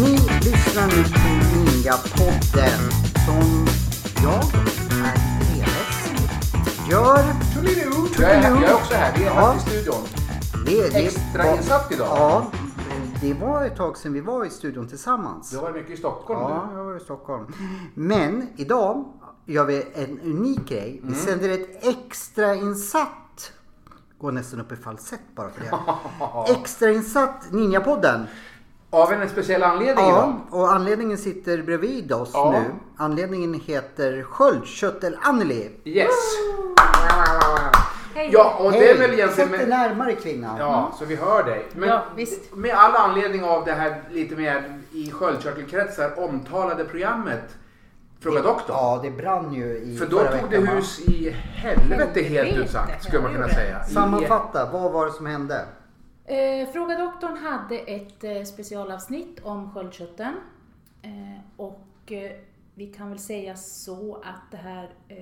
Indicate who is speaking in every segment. Speaker 1: Ni lyssnar nu på Ninjapodden som jag är delaktig i. Gör
Speaker 2: Toodiloo! Jag är, jag är också här. Vi är
Speaker 1: Ja.
Speaker 2: här i studion.
Speaker 1: det. det
Speaker 2: Extra
Speaker 1: var-
Speaker 2: insatt idag.
Speaker 1: Ja, det var ett tag sedan vi var i studion tillsammans.
Speaker 2: Du har varit mycket i Stockholm
Speaker 1: Ja, jag var i Stockholm. Men idag gör vi en unik grej. Vi sänder ett extra insatt Går nästan upp i falsett bara för det. Extrainsatt Ninjapodden.
Speaker 2: du. Av en speciell anledning
Speaker 1: Ja,
Speaker 2: idag.
Speaker 1: och anledningen sitter bredvid oss
Speaker 2: Ja.
Speaker 1: nu. Anledningen heter sköldkörtel-Anneli.
Speaker 2: Yes!
Speaker 3: Hej.
Speaker 2: Ja, och det är väl
Speaker 1: Sätt
Speaker 2: egentligen...
Speaker 1: dig
Speaker 2: Med,
Speaker 1: närmare kvinnan.
Speaker 2: ja, så vi hör dig. Men
Speaker 3: Ja, visst.
Speaker 2: med all anledning av det här lite mer i sköldkörtelkretsar omtalade programmet Fråga doktorn.
Speaker 1: Ja, det brann ju i
Speaker 2: För då
Speaker 1: förra
Speaker 2: tog det
Speaker 1: veckan, va?
Speaker 2: hus i helvete helt ut sagt, skulle man kunna säga. I-
Speaker 1: Sammanfatta, vad var det som hände?
Speaker 3: Eh, Fråga doktorn hade ett eh, specialavsnitt om sköldkörteln. Eh, och eh, vi kan väl säga så att det här eh,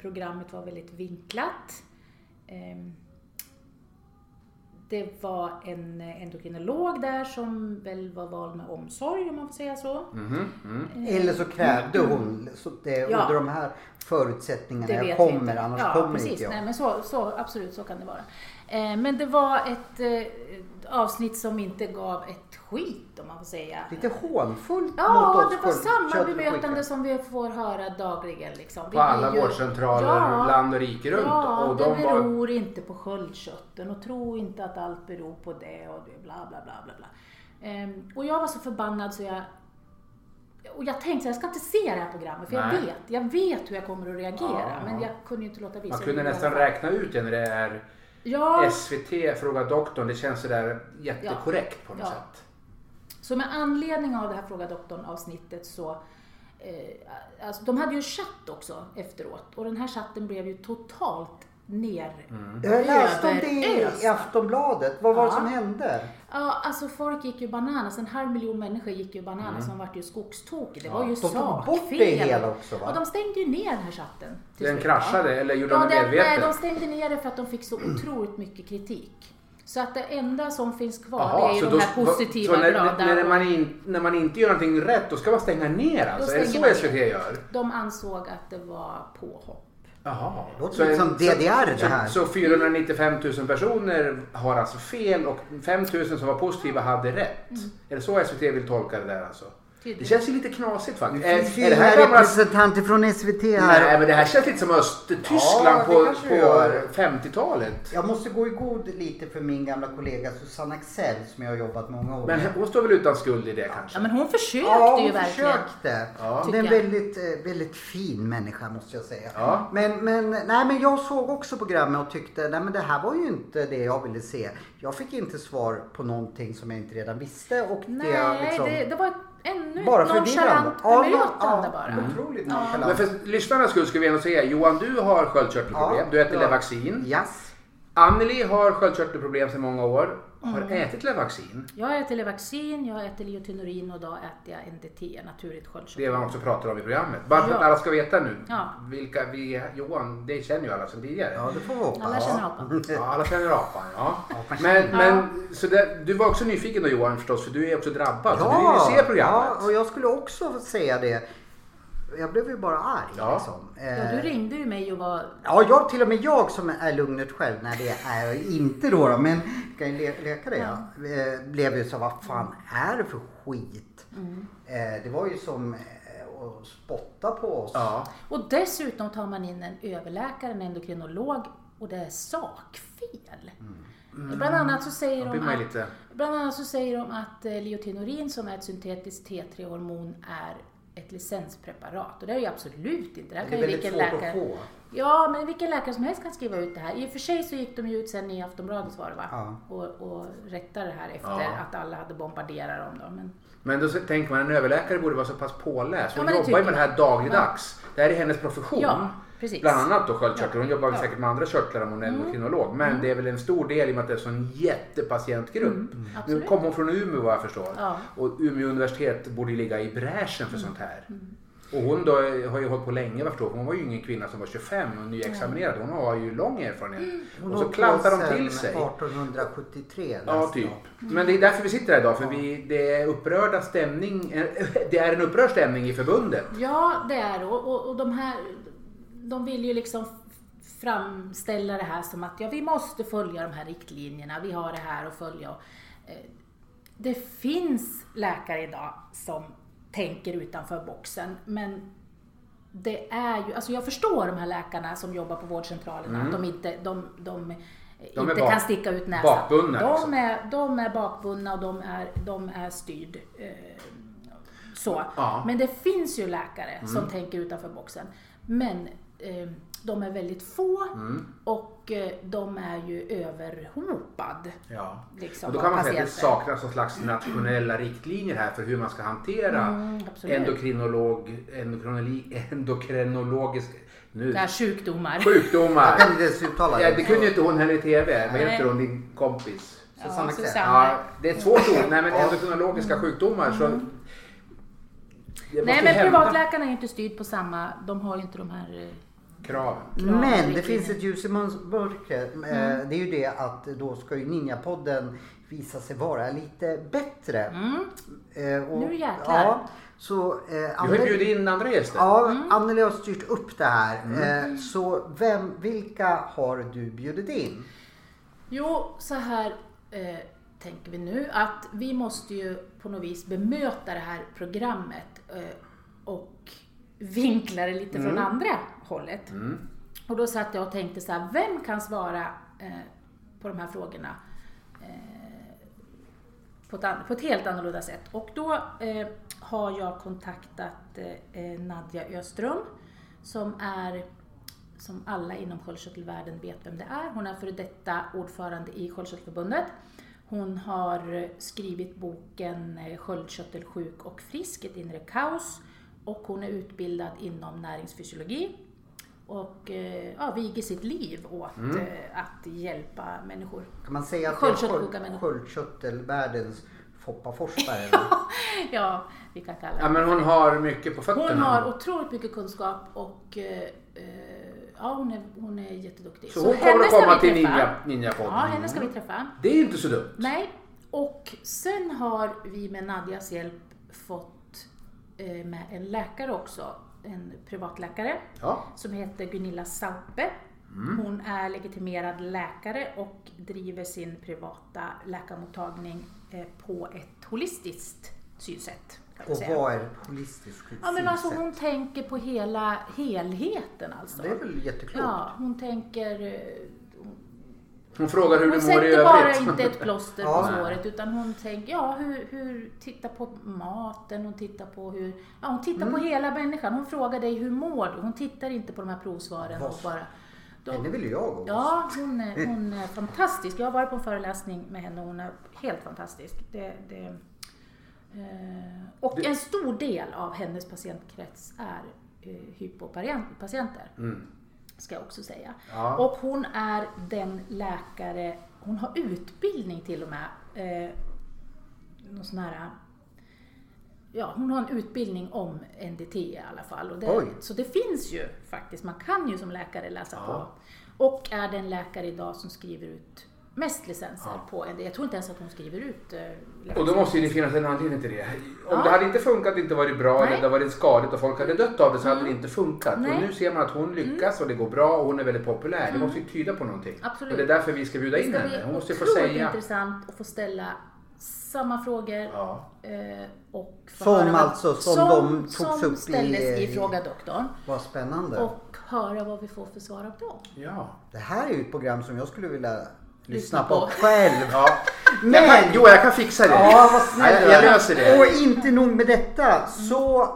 Speaker 3: programmet var väldigt vinklat. Ehm, det var en eh, endokrinolog där som väl var vald med omsorg om man får säga så.
Speaker 2: Mhm, mm.
Speaker 1: Eller så krävde hon, så det,
Speaker 3: Ja.
Speaker 1: under de här förutsättningarna,
Speaker 3: Det
Speaker 1: jag
Speaker 3: vet
Speaker 1: kommer
Speaker 3: vi inte.
Speaker 1: annars
Speaker 3: ja,
Speaker 1: kommer
Speaker 3: precis.
Speaker 1: inte jag.
Speaker 3: Nej, men så, så, absolut, så kan det vara. Eh, men det var ett eh, avsnitt som inte gav ett skit om man får säga.
Speaker 1: Lite hånfullt mot
Speaker 3: Ja,
Speaker 1: oss
Speaker 3: det var samma
Speaker 1: sköldkörtelskickor.
Speaker 3: bemötande som vi får höra dagligen. Liksom. Vi
Speaker 2: På alla
Speaker 3: blir ju-
Speaker 2: vårdcentraler land och rike runt.
Speaker 3: Ja,
Speaker 2: och
Speaker 3: det
Speaker 2: de var-
Speaker 3: beror inte på sköldkörteln och tro inte att allt beror på det och det, bla bla bla bla. bla. Ehm, och jag var så förbannad så jag och jag tänkte så här, jag ska inte se det här programmet för
Speaker 2: Nej.
Speaker 3: jag vet, jag vet hur jag kommer att reagera
Speaker 2: Ja, ja.
Speaker 3: men jag kunde ju inte låta bli.
Speaker 2: Man
Speaker 3: så
Speaker 2: kunde
Speaker 3: jag-
Speaker 2: nästan räkna ut det när det är
Speaker 3: Ja,
Speaker 2: SVT Fråga Doktorn. Det känns sådär jättekorrekt på något
Speaker 3: Ja.
Speaker 2: sätt.
Speaker 3: Så med anledning av det här Fråga doktorn avsnittet så eh, alltså, de hade ju en chatt också efteråt och den här chatten blev ju totalt ner...
Speaker 2: Mm.
Speaker 1: Jag läste om det
Speaker 3: Överöst.
Speaker 1: i Aftonbladet. Vad var det
Speaker 3: Ja.
Speaker 1: som hände?
Speaker 3: Ja, alltså folk gick ju bananas. En halv miljon människor gick ju bananas.
Speaker 2: Mm.
Speaker 3: De vart ju skogstokiga. Det var ju
Speaker 1: de tog
Speaker 3: sakfel.
Speaker 1: bort det hela också, va?
Speaker 3: Och de stängde ju ner den här chatten. till
Speaker 2: Den
Speaker 3: slut,
Speaker 2: kraschade,
Speaker 3: va?
Speaker 2: eller gjorde
Speaker 3: ja,
Speaker 2: de det
Speaker 3: den,
Speaker 2: medvetet?
Speaker 3: Nej, de stängde ner det för att de fick så otroligt mycket kritik. Så att det enda som finns kvar
Speaker 2: Jaha,
Speaker 3: är ju
Speaker 2: så
Speaker 3: de
Speaker 2: då-
Speaker 3: här positiva
Speaker 2: så när,
Speaker 3: glada
Speaker 2: när,
Speaker 3: och-
Speaker 2: man in, när man inte gör någonting rätt, då ska man stänga ner alltså? Är det
Speaker 3: stänger man
Speaker 2: så SVT
Speaker 3: ner.
Speaker 2: gör?
Speaker 3: De ansåg att det var påhopp.
Speaker 2: Jaha.
Speaker 1: Låter lite som DDR det här.
Speaker 2: Så, så 495 000 personer har alltså fel och 5 000 som var positiva hade rätt.
Speaker 3: Mm.
Speaker 2: Är det så SVT vill tolka det där alltså? Det
Speaker 3: Tydligen.
Speaker 2: känns ju lite knasigt faktiskt.
Speaker 1: Det
Speaker 2: Är,
Speaker 1: finns ju
Speaker 2: är det här
Speaker 1: inga
Speaker 2: gamla...
Speaker 1: representanter från SVT här.
Speaker 2: Nej, men det här känns lite som Östtyskland
Speaker 1: Ja, det
Speaker 2: på,
Speaker 1: kanske det
Speaker 2: på
Speaker 1: gör.
Speaker 2: 50-talet.
Speaker 1: Jag måste gå i god lite för min gamla kollega Susanne Axell som jag har jobbat många år
Speaker 2: Men
Speaker 1: med.
Speaker 2: hon står väl utan skuld i det kanske?
Speaker 3: Ja men hon försökte
Speaker 1: Ja,
Speaker 3: ju
Speaker 1: hon
Speaker 3: verkligen.
Speaker 1: försökte.
Speaker 2: Ja.
Speaker 1: Det är en
Speaker 3: Tycker jag.
Speaker 1: väldigt, eh, väldigt fin människa måste jag säga.
Speaker 2: Ja.
Speaker 1: Men, men, nej, men jag såg också programmet och tyckte nej men det här var ju inte det jag ville se. Jag fick inte svar på någonting som jag inte redan visste. Och
Speaker 3: Nej,
Speaker 1: det, jag
Speaker 3: det,
Speaker 1: liksom,
Speaker 3: det, var ett, ännu
Speaker 1: bara
Speaker 3: ett
Speaker 1: förvirrande.
Speaker 3: nonchalant
Speaker 1: Ja,
Speaker 3: bemötande
Speaker 1: ja,
Speaker 3: bara.
Speaker 1: Otroligt
Speaker 2: Men
Speaker 1: nonchalant.
Speaker 2: för lyssnarnas skull ska vi ändå säga Johan, du har sköldkörtelproblem.
Speaker 1: Ja.
Speaker 2: du äter
Speaker 1: Ja.
Speaker 2: Levaxin.
Speaker 1: Yes.
Speaker 2: Anneli har sköldkörtelproblem sedan många år. Har
Speaker 3: Mm.
Speaker 2: ätit Levaxin.
Speaker 3: Jag äter Levaxin, jag äter Liotinurin och idag äter jag NDT, naturligt
Speaker 2: Det
Speaker 3: sköldkörtel.
Speaker 2: var man också pratar om i programmet. Bara för att
Speaker 3: Ja.
Speaker 2: alla ska veta nu.
Speaker 3: Ja.
Speaker 2: Vilka vi, Johan, det känner ju alla sedan tidigare.
Speaker 1: Ja, det får vi hoppas.
Speaker 3: Alla känner apan.
Speaker 2: Ja, alla känner apan. Ja.
Speaker 1: man
Speaker 2: Men,
Speaker 1: känner-
Speaker 2: men så där, du var också nyfiken då Johan förstås, för du Alltså, är också drabbad. så du vill ju se programmet.
Speaker 1: Ja, och jag skulle också säga det. Jag blev ju bara arg
Speaker 2: Ja.
Speaker 1: liksom. Eh,
Speaker 3: Ja, du ringde ju mig och var...
Speaker 1: Ja, jag, till och med jag som är lugnet själv, när det är jag inte då, då men kan ju le- leka det. Ja. Eh, Blev ju så, vad fan är det för skit?
Speaker 3: Mm.
Speaker 1: Eh, Det var ju som eh, att spotta på oss.
Speaker 2: Ja.
Speaker 3: Och dessutom tar man in en överläkare, en endokrinolog och det är sakfel.
Speaker 1: Mm.
Speaker 3: Bland annat så säger
Speaker 2: Då blir
Speaker 3: de
Speaker 2: man ju
Speaker 3: att
Speaker 2: lite...
Speaker 3: Bland annat så säger de att eh, liotinurin som är ett syntetiskt T3-hormon är ett licenspreparat och det är ju absolut inte. Det, här
Speaker 1: Det
Speaker 3: kan
Speaker 1: är
Speaker 3: ju
Speaker 1: väldigt
Speaker 3: vilken
Speaker 1: svårt
Speaker 3: läkare,
Speaker 1: att få.
Speaker 3: Ja, men vilken läkare som helst kan skriva ut det här. I och för sig så gick de ju ut sen i Aftonbladet var det va?
Speaker 1: Ja.
Speaker 3: Och, och rättade det här efter
Speaker 2: Ja.
Speaker 3: att alla hade bombarderat dem då. Men,
Speaker 2: Men då så tänker man en överläkare borde vara så pass påläst. Hon
Speaker 3: Ja, men det
Speaker 2: jobbar ju med
Speaker 3: tycker
Speaker 2: det här dagligdags. Det här är hennes profession.
Speaker 3: Ja. Precis.
Speaker 2: Bland annat då sköldkörtel. Hon jobbar väl
Speaker 3: Ja. Mm.
Speaker 2: säkert med andra körtlar om hon är endokrinolog. Men det är väl en stor del i och med att det är en sån jättepatientgrupp. Nu
Speaker 3: Mm. absolut.
Speaker 2: kom hon från Umeå vad jag förstår.
Speaker 3: Ja. Mm.
Speaker 2: Och Umeå universitet borde ju ligga i bräschen för sånt här. Och hon då är- har ju hållit på länge vad jag förstår. Hon var ju ingen kvinna som var 25 och nyexaminerad. Hon har ju lång erfarenhet.
Speaker 3: Mm.
Speaker 2: Och så
Speaker 1: håller på
Speaker 2: klantar de
Speaker 1: sedan
Speaker 2: till sig.
Speaker 1: 1873
Speaker 2: Ja,
Speaker 1: nästan.
Speaker 2: typ. Men det är därför vi sitter här idag. För vi, det är upprörda stämning. eh, Det är en upprörd stämning i förbundet.
Speaker 3: Ja, det är det. Och, och, och de här, de vill ju liksom f- framställa det här som att ja, vi måste följa de här riktlinjerna, vi har det här att följa. Och, eh, det finns läkare idag som tänker utanför boxen, men det är ju, alltså jag förstår de här läkarna som jobbar på vårdcentralerna, att de inte, de, de,
Speaker 2: Mm. De är
Speaker 3: inte
Speaker 2: bak-
Speaker 3: kan sticka ut näsan.
Speaker 2: bakbundna,
Speaker 3: de,
Speaker 2: liksom.
Speaker 3: är, de är bakbundna och de är, de är styrd. Eh, så.
Speaker 2: Ja.
Speaker 3: Men det finns ju läkare
Speaker 2: Mm.
Speaker 3: som tänker utanför boxen. Men eh, de är väldigt få
Speaker 2: Mm.
Speaker 3: och eh, de är ju överhopad.
Speaker 2: Ja.
Speaker 3: Liksom,
Speaker 2: Och då
Speaker 3: av
Speaker 2: kan man säga att det
Speaker 3: patienter.
Speaker 2: saknas någon slags nationella riktlinjer här för hur man ska hantera
Speaker 3: Mm, absolut.
Speaker 2: endokrinolog, endokrinoli, endokrinologisk... Nu,
Speaker 3: Det här sjukdomar.
Speaker 2: sjukdomar.
Speaker 1: Jag kan inte ens uttala
Speaker 2: Ja, det kunde ju
Speaker 1: det.
Speaker 2: inte hon här i TV. Vad heter
Speaker 3: Nej.
Speaker 2: hon, din kompis?
Speaker 1: Susanne Axel.
Speaker 2: Ja, det är ett svårt ord. Nej, men endokrinologiska sjukdomar. Så det måste
Speaker 3: Mm. Nej men
Speaker 2: hända
Speaker 3: privatläkarna är ju inte styrd på samma, de har ju inte de här... eh,
Speaker 2: Kraven.
Speaker 1: Men det
Speaker 3: riktlinjer.
Speaker 1: finns ett ljus i mörkret. Eh,
Speaker 3: Mm.
Speaker 1: Det är ju det att då ska ju Ninjapodden visa sig vara lite bättre. Eh, och-
Speaker 3: Mm. Nu jäklar.
Speaker 1: Ja, så, eh,
Speaker 2: Du har ju
Speaker 1: Anneli-
Speaker 2: bjudit in andra gäster.
Speaker 1: Ja,
Speaker 3: Mm.
Speaker 1: Anneli har styrt upp det här.
Speaker 2: Mm.
Speaker 1: Eh, så vem, vilka har du bjudit in?
Speaker 3: Jo, så här eh, tänker vi nu att vi måste ju på något vis bemöta det här programmet eh, och vinkla det lite från andra hållet. Och då satt jag och tänkte så här, vem kan svara eh, på de här frågorna eh, på, ett, an- på ett helt annorlunda sätt? Och då eh, har jag kontaktat eh, eh, Nadja Öström som är som alla inom sköldkörtelvärlden vet vem det är. Hon är före detta ordförande i Sköldkörtelförbundet. Hon har eh, skrivit boken eh, Sköldkörtelsjuk och frisk, ett inre kaos och hon är utbildad inom näringsfysiologi och eh, ja, viger sitt liv åt eh, att hjälpa människor.
Speaker 1: Kan man säga att
Speaker 3: Sköldkörtelsjuka
Speaker 1: det är sköld-
Speaker 3: människor.
Speaker 1: sköldkörtelvärldens Foppa Forsberg?
Speaker 3: ja, vi kan kalla
Speaker 2: Ja,
Speaker 3: det.
Speaker 2: men hon har mycket på fötterna.
Speaker 3: Hon har otroligt mycket kunskap och eh, eh, ja, hon, är, hon är jätteduktig.
Speaker 2: Så hon
Speaker 3: henne
Speaker 2: kommer att
Speaker 3: ska
Speaker 2: komma
Speaker 3: vi
Speaker 2: till
Speaker 3: träffa.
Speaker 2: Ninja, Ninjapodden. Mm.
Speaker 3: Ja, henne ska vi träffa.
Speaker 2: Det är inte så dumt.
Speaker 3: Nej, och sen har vi med Nadjas hjälp fått eh, med en läkare också, en privatläkare
Speaker 2: Ja.
Speaker 3: som heter Gunilla Saupe.
Speaker 2: Mm.
Speaker 3: Hon är legitimerad läkare och driver sin privata läkarmottagning eh, på ett holistiskt synsätt. kan man
Speaker 1: Och
Speaker 3: säga.
Speaker 1: vad är ett holistiskt
Speaker 3: Ja men alltså
Speaker 1: synsätt?
Speaker 3: hon tänker på hela helheten alltså.
Speaker 1: Det är väl jätteklokt?
Speaker 3: Ja, hon tänker... eh,
Speaker 2: Hon frågar hur
Speaker 3: Hon
Speaker 2: du mår i
Speaker 3: sätter bara
Speaker 2: övrigt.
Speaker 3: inte ett plåster på
Speaker 1: Ja.
Speaker 3: såret utan hon tänker, ja hur, hur, tittar på maten, hon tittar på hur, ja hon tittar på hela människan. Hon frågar dig, hur mår du? Hon tittar inte på de här provsvaren.
Speaker 1: Vad
Speaker 3: Och bara, då,
Speaker 1: Henne vill ju jag gå hos.
Speaker 3: Ja, hon är, hon är fantastisk. Jag har varit på en föreläsning med henne och hon är helt fantastisk. Det, det, eh, och en stor del av hennes patientkrets är eh, hypopatienter,
Speaker 2: Mm.
Speaker 3: ska jag också säga.
Speaker 2: Ja.
Speaker 3: Och hon är den läkare, hon har utbildning till och med. Eh, någon sån här, ja, hon har en utbildning om NDT i alla fall. Och det,
Speaker 1: Oj.
Speaker 3: så det finns ju faktiskt, man kan ju som läkare läsa
Speaker 2: Ja.
Speaker 3: på. Och är den läkare idag som skriver ut mest licenser
Speaker 2: Ja.
Speaker 3: på NDT. Jag tror inte ens att hon skriver ut eh,
Speaker 2: Och då måste ju det finnas en anledning till det. Om
Speaker 3: Ja.
Speaker 2: det hade inte funkat, inte varit bra
Speaker 3: Nej. Mm.
Speaker 2: eller det varit skadligt och folk hade dött av det så hade det inte funkat.
Speaker 3: Nej. Mm.
Speaker 2: Och nu ser man att hon lyckas och det går bra och hon är väldigt populär. Det måste ju tyda på någonting.
Speaker 3: Absolut.
Speaker 2: Och det är därför vi ska bjuda in
Speaker 3: Det
Speaker 2: henne.
Speaker 3: ska
Speaker 2: Hon
Speaker 3: bli
Speaker 2: måste ju få
Speaker 3: otroligt
Speaker 2: säga.
Speaker 3: intressant att få ställa samma frågor
Speaker 2: Ja.
Speaker 3: eh, och få
Speaker 1: Som
Speaker 3: höra vad-
Speaker 1: alltså, som de togs
Speaker 3: som
Speaker 1: upp i-
Speaker 3: ställdes i, Fråga doktorn
Speaker 1: Vad spännande.
Speaker 3: och höra vad vi får för svar av dem.
Speaker 2: Ja.
Speaker 1: Det här är ju ett program som jag skulle vilja lyssna,
Speaker 3: Lyssna
Speaker 1: på,
Speaker 3: på.
Speaker 1: själv.
Speaker 2: ja.
Speaker 1: Men-
Speaker 2: Jag kan, jo, jag kan fixa det.
Speaker 1: Ja, vad snäll
Speaker 2: jag,
Speaker 1: du är.
Speaker 2: jag löser det.
Speaker 1: Och inte nog med detta så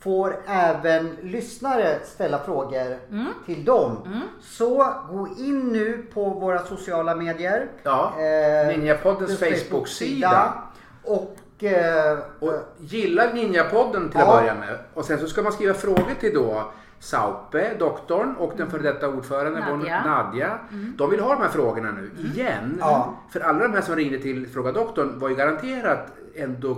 Speaker 1: får även lyssnare ställa frågor
Speaker 2: Mm.
Speaker 1: till dem. Så gå in nu på våra sociala medier.
Speaker 2: Ja,
Speaker 1: Eh,
Speaker 2: Ninjapoddens
Speaker 1: Facebook-sida.
Speaker 2: Facebook-sida.
Speaker 1: Och, eh,
Speaker 2: Och gilla Ninjapodden till
Speaker 1: Ja.
Speaker 2: att börja med. Och sen så ska man skriva frågor till då Saupe, doktorn och den före detta ordföranden var
Speaker 3: Nadja.
Speaker 2: Nadja. De vill ha de här frågorna nu igen.
Speaker 1: Ja.
Speaker 2: För alla de här som ringde till Fråga doktorn var ju garanterat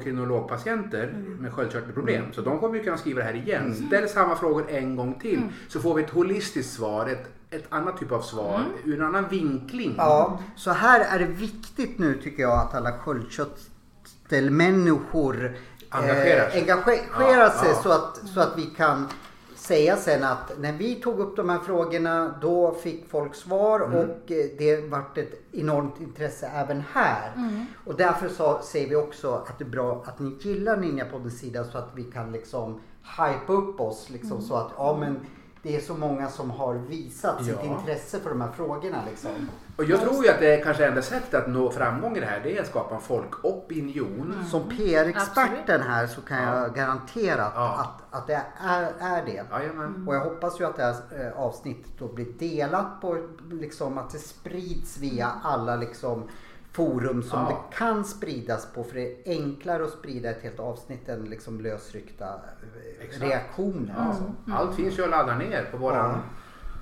Speaker 2: endokrinologpatienter med sköldkörtelproblem.
Speaker 1: Mm.
Speaker 2: Så de kommer ju kunna skriva det här igen. Ställ samma frågor en gång till så får vi ett holistiskt svar, ett, ett annat typ av svar ur en annan vinkling.
Speaker 1: Ja, så här är det viktigt nu tycker jag att alla sköldkörtelmänniskor eh,
Speaker 2: Engagerar sig.
Speaker 1: engagerar
Speaker 2: Ja,
Speaker 1: sig
Speaker 2: ja.
Speaker 1: Så, att, så att vi kan säga sen att när vi tog upp de här frågorna då fick folk svar
Speaker 2: Mm.
Speaker 1: och eh, det vart ett enormt intresse även här. Och därför så ser vi också att det är bra att ni gillar Ninjapoddens sida så att vi kan liksom hypa upp oss liksom så att ja men det är så många som har visat sitt
Speaker 2: Ja.
Speaker 1: intresse för de här frågorna liksom.
Speaker 2: Och jag tror ju att det är kanske enda sättet att nå framgång i det här, det är att skapa en folkopinion.
Speaker 1: Som PR-experten här så kan jag garantera att,
Speaker 2: Ja.
Speaker 1: att, att det är, är det.
Speaker 2: Jajamän.
Speaker 1: Och jag hoppas ju att det här eh, avsnittet då blir delat på, liksom att det sprids via alla liksom forum som
Speaker 2: Ja.
Speaker 1: det kan spridas på. För det är enklare att sprida ett helt avsnitt än liksom lösryckta eh,
Speaker 2: Exakt.
Speaker 1: reaktioner.
Speaker 2: Ja,
Speaker 1: Alltså.
Speaker 2: Allt finns ju att ladda ner på våra,
Speaker 1: Ja. Mm.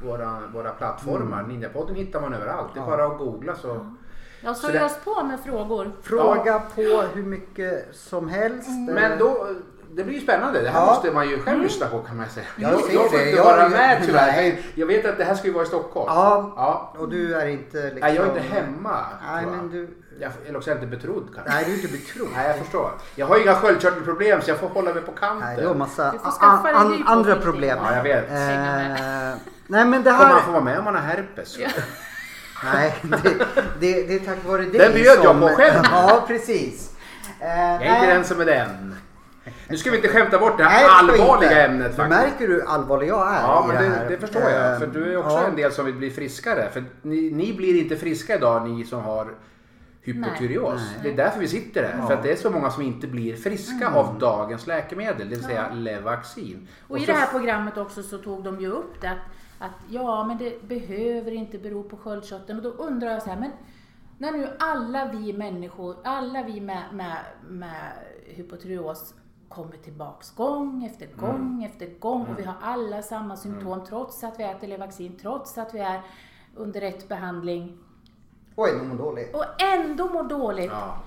Speaker 2: våra, våra plattformar. Ninjapodden hittar man överallt. Det är
Speaker 1: Ja.
Speaker 2: bara att googla så.
Speaker 3: Jag
Speaker 2: Så
Speaker 3: såg
Speaker 2: det-
Speaker 3: oss på med frågor.
Speaker 1: Fråga på hur mycket som helst. Eh,
Speaker 2: Men då, det blir ju spännande. Det här
Speaker 1: Ja.
Speaker 2: måste man ju själv lyssna på kan man säga.
Speaker 1: Jag
Speaker 2: Jag,
Speaker 1: ser
Speaker 2: jag får
Speaker 1: det.
Speaker 2: inte
Speaker 1: Jag-
Speaker 2: vara
Speaker 1: jag-
Speaker 2: med tyvärr.
Speaker 1: nej.
Speaker 2: Jag vet att det här ska ju vara i Stockholm.
Speaker 1: Ja.
Speaker 2: ja.
Speaker 1: Och du är inte liksom...
Speaker 2: Nej, jag är inte hemma.
Speaker 1: Nej,
Speaker 2: tror jag.
Speaker 1: men du...
Speaker 2: Jag, eller också är jag inte betrodd kanske.
Speaker 1: Nej, du är inte betrodd.
Speaker 2: Nej, jag förstår. Jag har ju inga sköldkörtelproblem så jag får hålla mig på
Speaker 1: Nej, det var
Speaker 2: kanten.
Speaker 1: massa
Speaker 3: Du får skaffa dig
Speaker 1: an-
Speaker 3: ny
Speaker 1: andra
Speaker 3: profil.
Speaker 1: problem.
Speaker 2: Ja, jag vet.
Speaker 1: Eh, nej, men det
Speaker 2: Kommer man få
Speaker 1: här...
Speaker 2: vara med om man har herpes?
Speaker 1: Nej, det, det, det är tack vare dig
Speaker 2: Den bjöd jag
Speaker 1: som-
Speaker 2: på själv.
Speaker 1: Ja, precis. Eh,
Speaker 2: Jag är inte den som är den. Nu ska vi inte skämta bort det här allvarliga ämnet faktiskt.
Speaker 1: Märker du hur allvarlig jag är
Speaker 2: Ja,
Speaker 1: i
Speaker 2: men
Speaker 1: här?
Speaker 2: det, det förstår jag.
Speaker 1: Eh,
Speaker 2: För du är
Speaker 3: Ehm,
Speaker 2: också
Speaker 1: ja.
Speaker 2: en del som vill bli friskare. För ni, ni blir inte friska idag, ni som har hypotyreos.
Speaker 1: Nej.
Speaker 2: Det är därför vi sitter här.
Speaker 1: Ja.
Speaker 2: För att det är så många som inte blir friska av dagens läkemedel, det vill säga Levaxin.
Speaker 3: Mm. Och i
Speaker 2: så-
Speaker 3: det här programmet också så tog de ju upp det att, att ja, men det behöver inte bero på sköldkörteln. Och då undrar jag så här, men när nu alla vi människor, alla vi med, med, med hypotyreos kommer tillbaks gång efter
Speaker 2: Mm.
Speaker 3: gång efter gång och vi har alla samma symptom trots att vi äter Levaxin, trots att vi är under rätt behandling
Speaker 1: Oj, nu mår dåligt.
Speaker 3: och ändå mår dåligt.
Speaker 2: ja.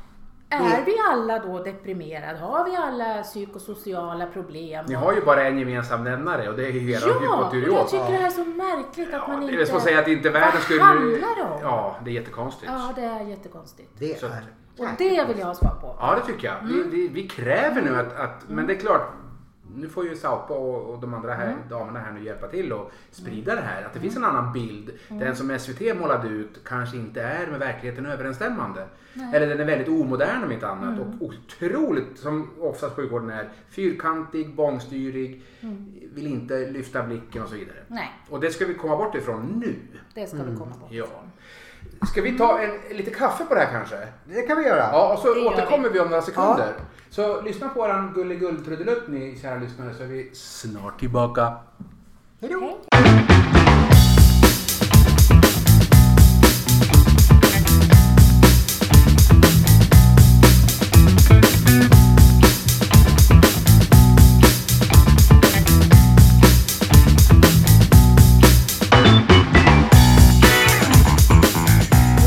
Speaker 3: Är vi alla då deprimerade? Har vi alla psykosociala problem?
Speaker 2: Ni har ju bara en gemensam nämnare och det är ju era
Speaker 3: Ja, och jag
Speaker 2: hypotyreos.
Speaker 3: tycker det här är så märkligt att man
Speaker 2: Ja,
Speaker 3: inte...
Speaker 2: det är som att säga att inte världen
Speaker 3: Vad
Speaker 2: skulle...
Speaker 3: handlar det om? Ja.
Speaker 2: Ja, det är jättekonstigt.
Speaker 3: det är jättekonstigt.
Speaker 1: Det
Speaker 2: Så-
Speaker 1: är...
Speaker 3: Och det vill jag ha svar på.
Speaker 2: Ja, det tycker jag. Vi, vi, vi kräver nu att, att men det är klart, nu får ju Saupa och, och de andra här, damerna här nu hjälpa till och sprida det här. Att det finns en annan bild. Den som SVT målade ut kanske inte är med verkligheten överensstämmande. Eller den är väldigt omodern om inte annat. Och otroligt, som oftast sjukvården är, fyrkantig, bångstyrig, vill inte lyfta blicken och så vidare.
Speaker 3: Nej,
Speaker 2: Och det ska vi komma bort ifrån nu.
Speaker 3: det ska vi komma på.
Speaker 2: Mm. Ja. Ska vi ta en, lite kaffe på det här kanske?
Speaker 1: Det kan vi göra.
Speaker 2: Ja, och så
Speaker 3: Det gör
Speaker 2: återkommer vi om några sekunder. Så lyssna på våran gulligull-trudelutt ni kära lyssnare så är vi snart tillbaka.
Speaker 1: Hej då.
Speaker 3: Hej.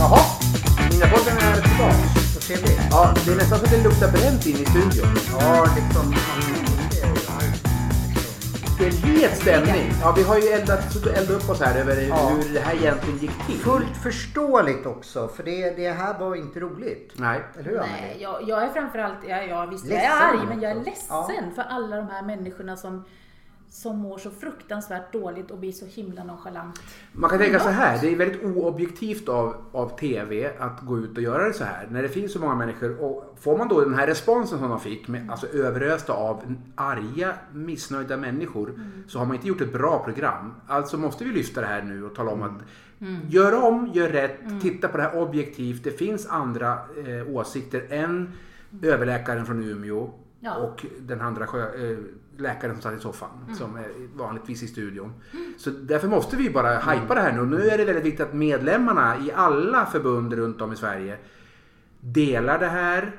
Speaker 2: Jaha, mina bollar är tillbaka.
Speaker 1: Så trevligt.
Speaker 2: Ja, det är nästan så att det luktar bränt in i studion.
Speaker 1: Ja, liksom... ja, men det är ju-
Speaker 2: Det är en het stämning. Ja, vi har ju eldat, suttit och eldat upp oss här över
Speaker 1: Ja.
Speaker 2: hur det här egentligen gick till.
Speaker 1: Fullt förståeligt också, för det, det här var inte roligt.
Speaker 2: Nej.
Speaker 1: Eller hur,
Speaker 3: Nej,
Speaker 1: Anneli?
Speaker 3: jag, jag är framförallt, ja, ja, visst jag
Speaker 1: Ledsen
Speaker 3: är arg, men jag är
Speaker 2: alltså.
Speaker 1: också.
Speaker 3: ledsen för alla de här människorna som, som mår så fruktansvärt dåligt och blir så himla nonchalant.
Speaker 2: Man kan tänka så här, det är väldigt oobjektivt av, av TV att gå ut och göra det så här. När det finns så många människor och får man då den här responsen som de fick, med, alltså överösta av arga, missnöjda människor, så har man inte gjort ett bra program. Alltså måste vi lyfta det här nu och tala om att gör om, gör rätt, titta på det här objektivt. Det finns andra eh, åsikter än överläkaren från Umeå
Speaker 3: Ja.
Speaker 2: och och den andra sjö, eh, läkaren som satt i soffan
Speaker 3: Mm.
Speaker 2: som är vanligtvis i studion. Så därför måste vi bara
Speaker 3: Mm.
Speaker 2: hypa det här nu. Och nu är det väldigt viktigt att medlemmarna i alla förbund runt om i Sverige
Speaker 3: Mm.
Speaker 2: delar det här,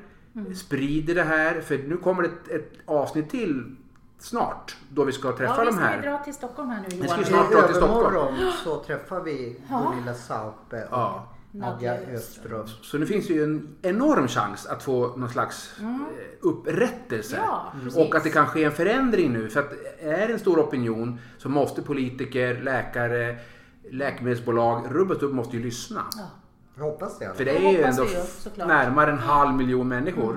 Speaker 2: sprider det här. För nu kommer det ett, ett avsnitt till snart då vi ska träffa
Speaker 3: Ja, vi
Speaker 2: de
Speaker 3: ska
Speaker 2: här.
Speaker 3: ju dra till Stockholm här nu
Speaker 2: Vi
Speaker 3: Johan.
Speaker 2: ska ju snart dra till Stockholm.
Speaker 1: Övermorgon så träffar vi
Speaker 3: Ja.
Speaker 1: Gunilla Saupe och
Speaker 2: Ja.
Speaker 1: Nadja
Speaker 3: Nadja
Speaker 1: Öström.
Speaker 2: Så nu finns det ju en enorm chans att få någon slags eh, upprättelse.
Speaker 3: Mm.
Speaker 2: Mm.
Speaker 3: Ja, precis.
Speaker 2: och att det kan ske en förändring nu. För att är det en stor opinion så måste politiker, läkare, läkemedelsbolag, rubbet upp måste ju lyssna.
Speaker 1: Jag hoppas det.
Speaker 2: För
Speaker 1: För
Speaker 2: det
Speaker 3: Det
Speaker 2: är ju
Speaker 3: hoppas
Speaker 2: ändå
Speaker 3: vi ju, såklart.
Speaker 2: närmare en halv miljon människor.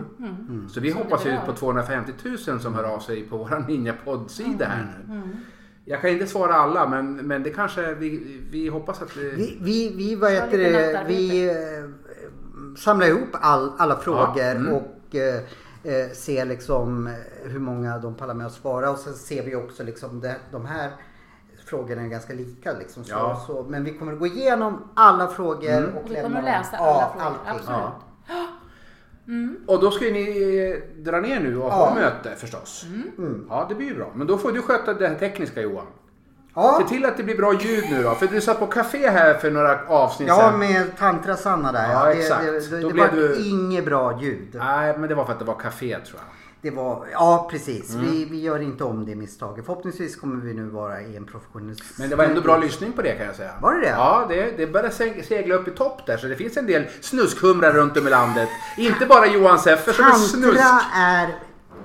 Speaker 2: Så vi
Speaker 3: Som
Speaker 2: hoppas
Speaker 3: det
Speaker 2: ju
Speaker 3: berör.
Speaker 2: på 250 000 som hör av sig på vår Ninja-poddsida här
Speaker 3: Mm.
Speaker 2: nu. Jag kan inte svara alla men, men det kanske, vi, vi hoppas att det...
Speaker 1: vi, vi, vi, vad
Speaker 3: Så
Speaker 1: heter
Speaker 3: lite
Speaker 1: det,
Speaker 3: nattarbete.
Speaker 1: vi eh, samlar ihop all, alla frågor
Speaker 2: mm.
Speaker 1: och eh, eh, ser liksom eh, hur många de pallar med att svara och sen ser vi också liksom det, de här frågorna är ganska lika liksom. Så,
Speaker 2: Ja. Mm.
Speaker 1: så, men vi kommer att gå igenom alla frågor och,
Speaker 3: Och vi kommer att
Speaker 1: lämna-
Speaker 3: läsa
Speaker 1: ja,
Speaker 3: alla frågor.
Speaker 1: allting.
Speaker 3: Absolut.
Speaker 2: Ja. Och då ska ju ni eh, dra ner nu och ha
Speaker 1: Ja. Mm.
Speaker 2: möte förstås. Ja, det blir ju bra. Men då får du sköta det här tekniska Johan.
Speaker 1: Ja.
Speaker 2: Se till att det blir bra ljud nu då. För du satt på café här för några avsnitt
Speaker 1: Ja,
Speaker 2: sedan.
Speaker 1: med tantra-Sanna där.
Speaker 2: Ja,
Speaker 1: Ja, det,
Speaker 2: exakt.
Speaker 1: Det, det,
Speaker 2: Då
Speaker 1: det
Speaker 2: blev
Speaker 1: var
Speaker 2: du-
Speaker 1: inget bra ljud.
Speaker 2: Nej, men det var för att det var café tror jag.
Speaker 1: Det var, ja precis.
Speaker 2: Mm.
Speaker 1: Vi, vi gör inte om det misstaget. Förhoppningsvis kommer vi nu vara i en professionell...
Speaker 2: Men det var ändå bra lyssning på det kan jag säga.
Speaker 1: Mm. Var det det?
Speaker 2: Ja, det, det började seg- segla upp i topp där. Så det finns en del snuskhumrar runt om i landet. Inte bara Johan Seffer som är snusk.
Speaker 1: Tantra är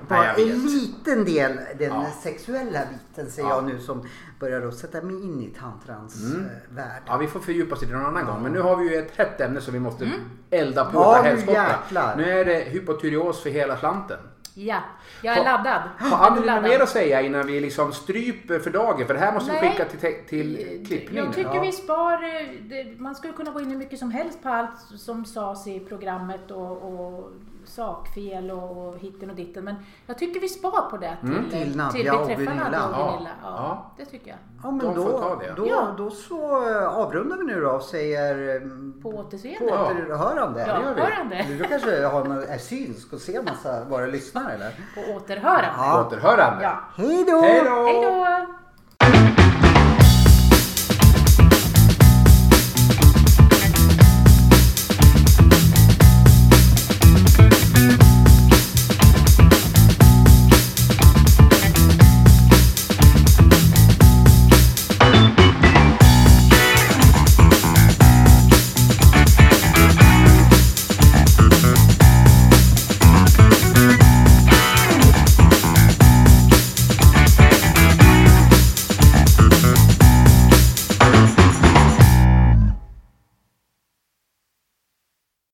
Speaker 1: bara
Speaker 2: Nej, jag vet.
Speaker 1: en liten del, den
Speaker 2: Ja.
Speaker 1: sexuella biten säger
Speaker 2: Ja.
Speaker 1: jag nu som börjar då sätta mig in i tantrans mm. värld.
Speaker 2: Ja, vi får fördjupa oss i det någon annan gång. Men nu har vi ju ett hett ämne som vi måste elda på.
Speaker 1: Mm. Ja,
Speaker 2: och ta
Speaker 1: nu
Speaker 2: helskotta.
Speaker 1: jäklar.
Speaker 2: nu är det hypotyreos för hela slanten.
Speaker 3: Ja, jag är
Speaker 2: Ha-
Speaker 3: laddad.
Speaker 1: Ah,
Speaker 2: Har Annelie
Speaker 3: Jag är
Speaker 2: något mer att säga innan vi liksom stryper för dagen? För det här måste vi
Speaker 3: Nej.
Speaker 2: skicka till, te- till klippningen.
Speaker 3: Eh, Jag tycker
Speaker 2: Ja.
Speaker 3: vi spar, eh, det- man skulle kunna gå in hur mycket som helst på allt som sades i programmet och, och sakfel och, och hitten och ditten. Men jag tycker vi spar på det till,
Speaker 2: Mm.
Speaker 1: Till Nadja
Speaker 3: till vi
Speaker 1: och
Speaker 3: träffar
Speaker 1: Gunilla.
Speaker 3: Nadja och
Speaker 2: Ja,
Speaker 3: Gunilla. Ja,
Speaker 2: ja.
Speaker 3: Det tycker jag.
Speaker 1: Ja men
Speaker 2: De
Speaker 1: då,
Speaker 2: får ta det.
Speaker 1: då,
Speaker 3: Ja.
Speaker 1: då så eh, avrundar vi nu då och säger mm,
Speaker 3: På
Speaker 1: på
Speaker 3: återseende.
Speaker 2: Ja.
Speaker 1: återhörande.
Speaker 3: Ja,
Speaker 2: det gör vi.
Speaker 3: hörande.
Speaker 1: Du kanske har någon, är synsk och ser massa våra lyssnare eller?
Speaker 3: På återhörande.
Speaker 1: Ja.
Speaker 2: Återhörande.
Speaker 3: Ja.
Speaker 1: Hej då!
Speaker 2: Hej då!
Speaker 3: Hej då!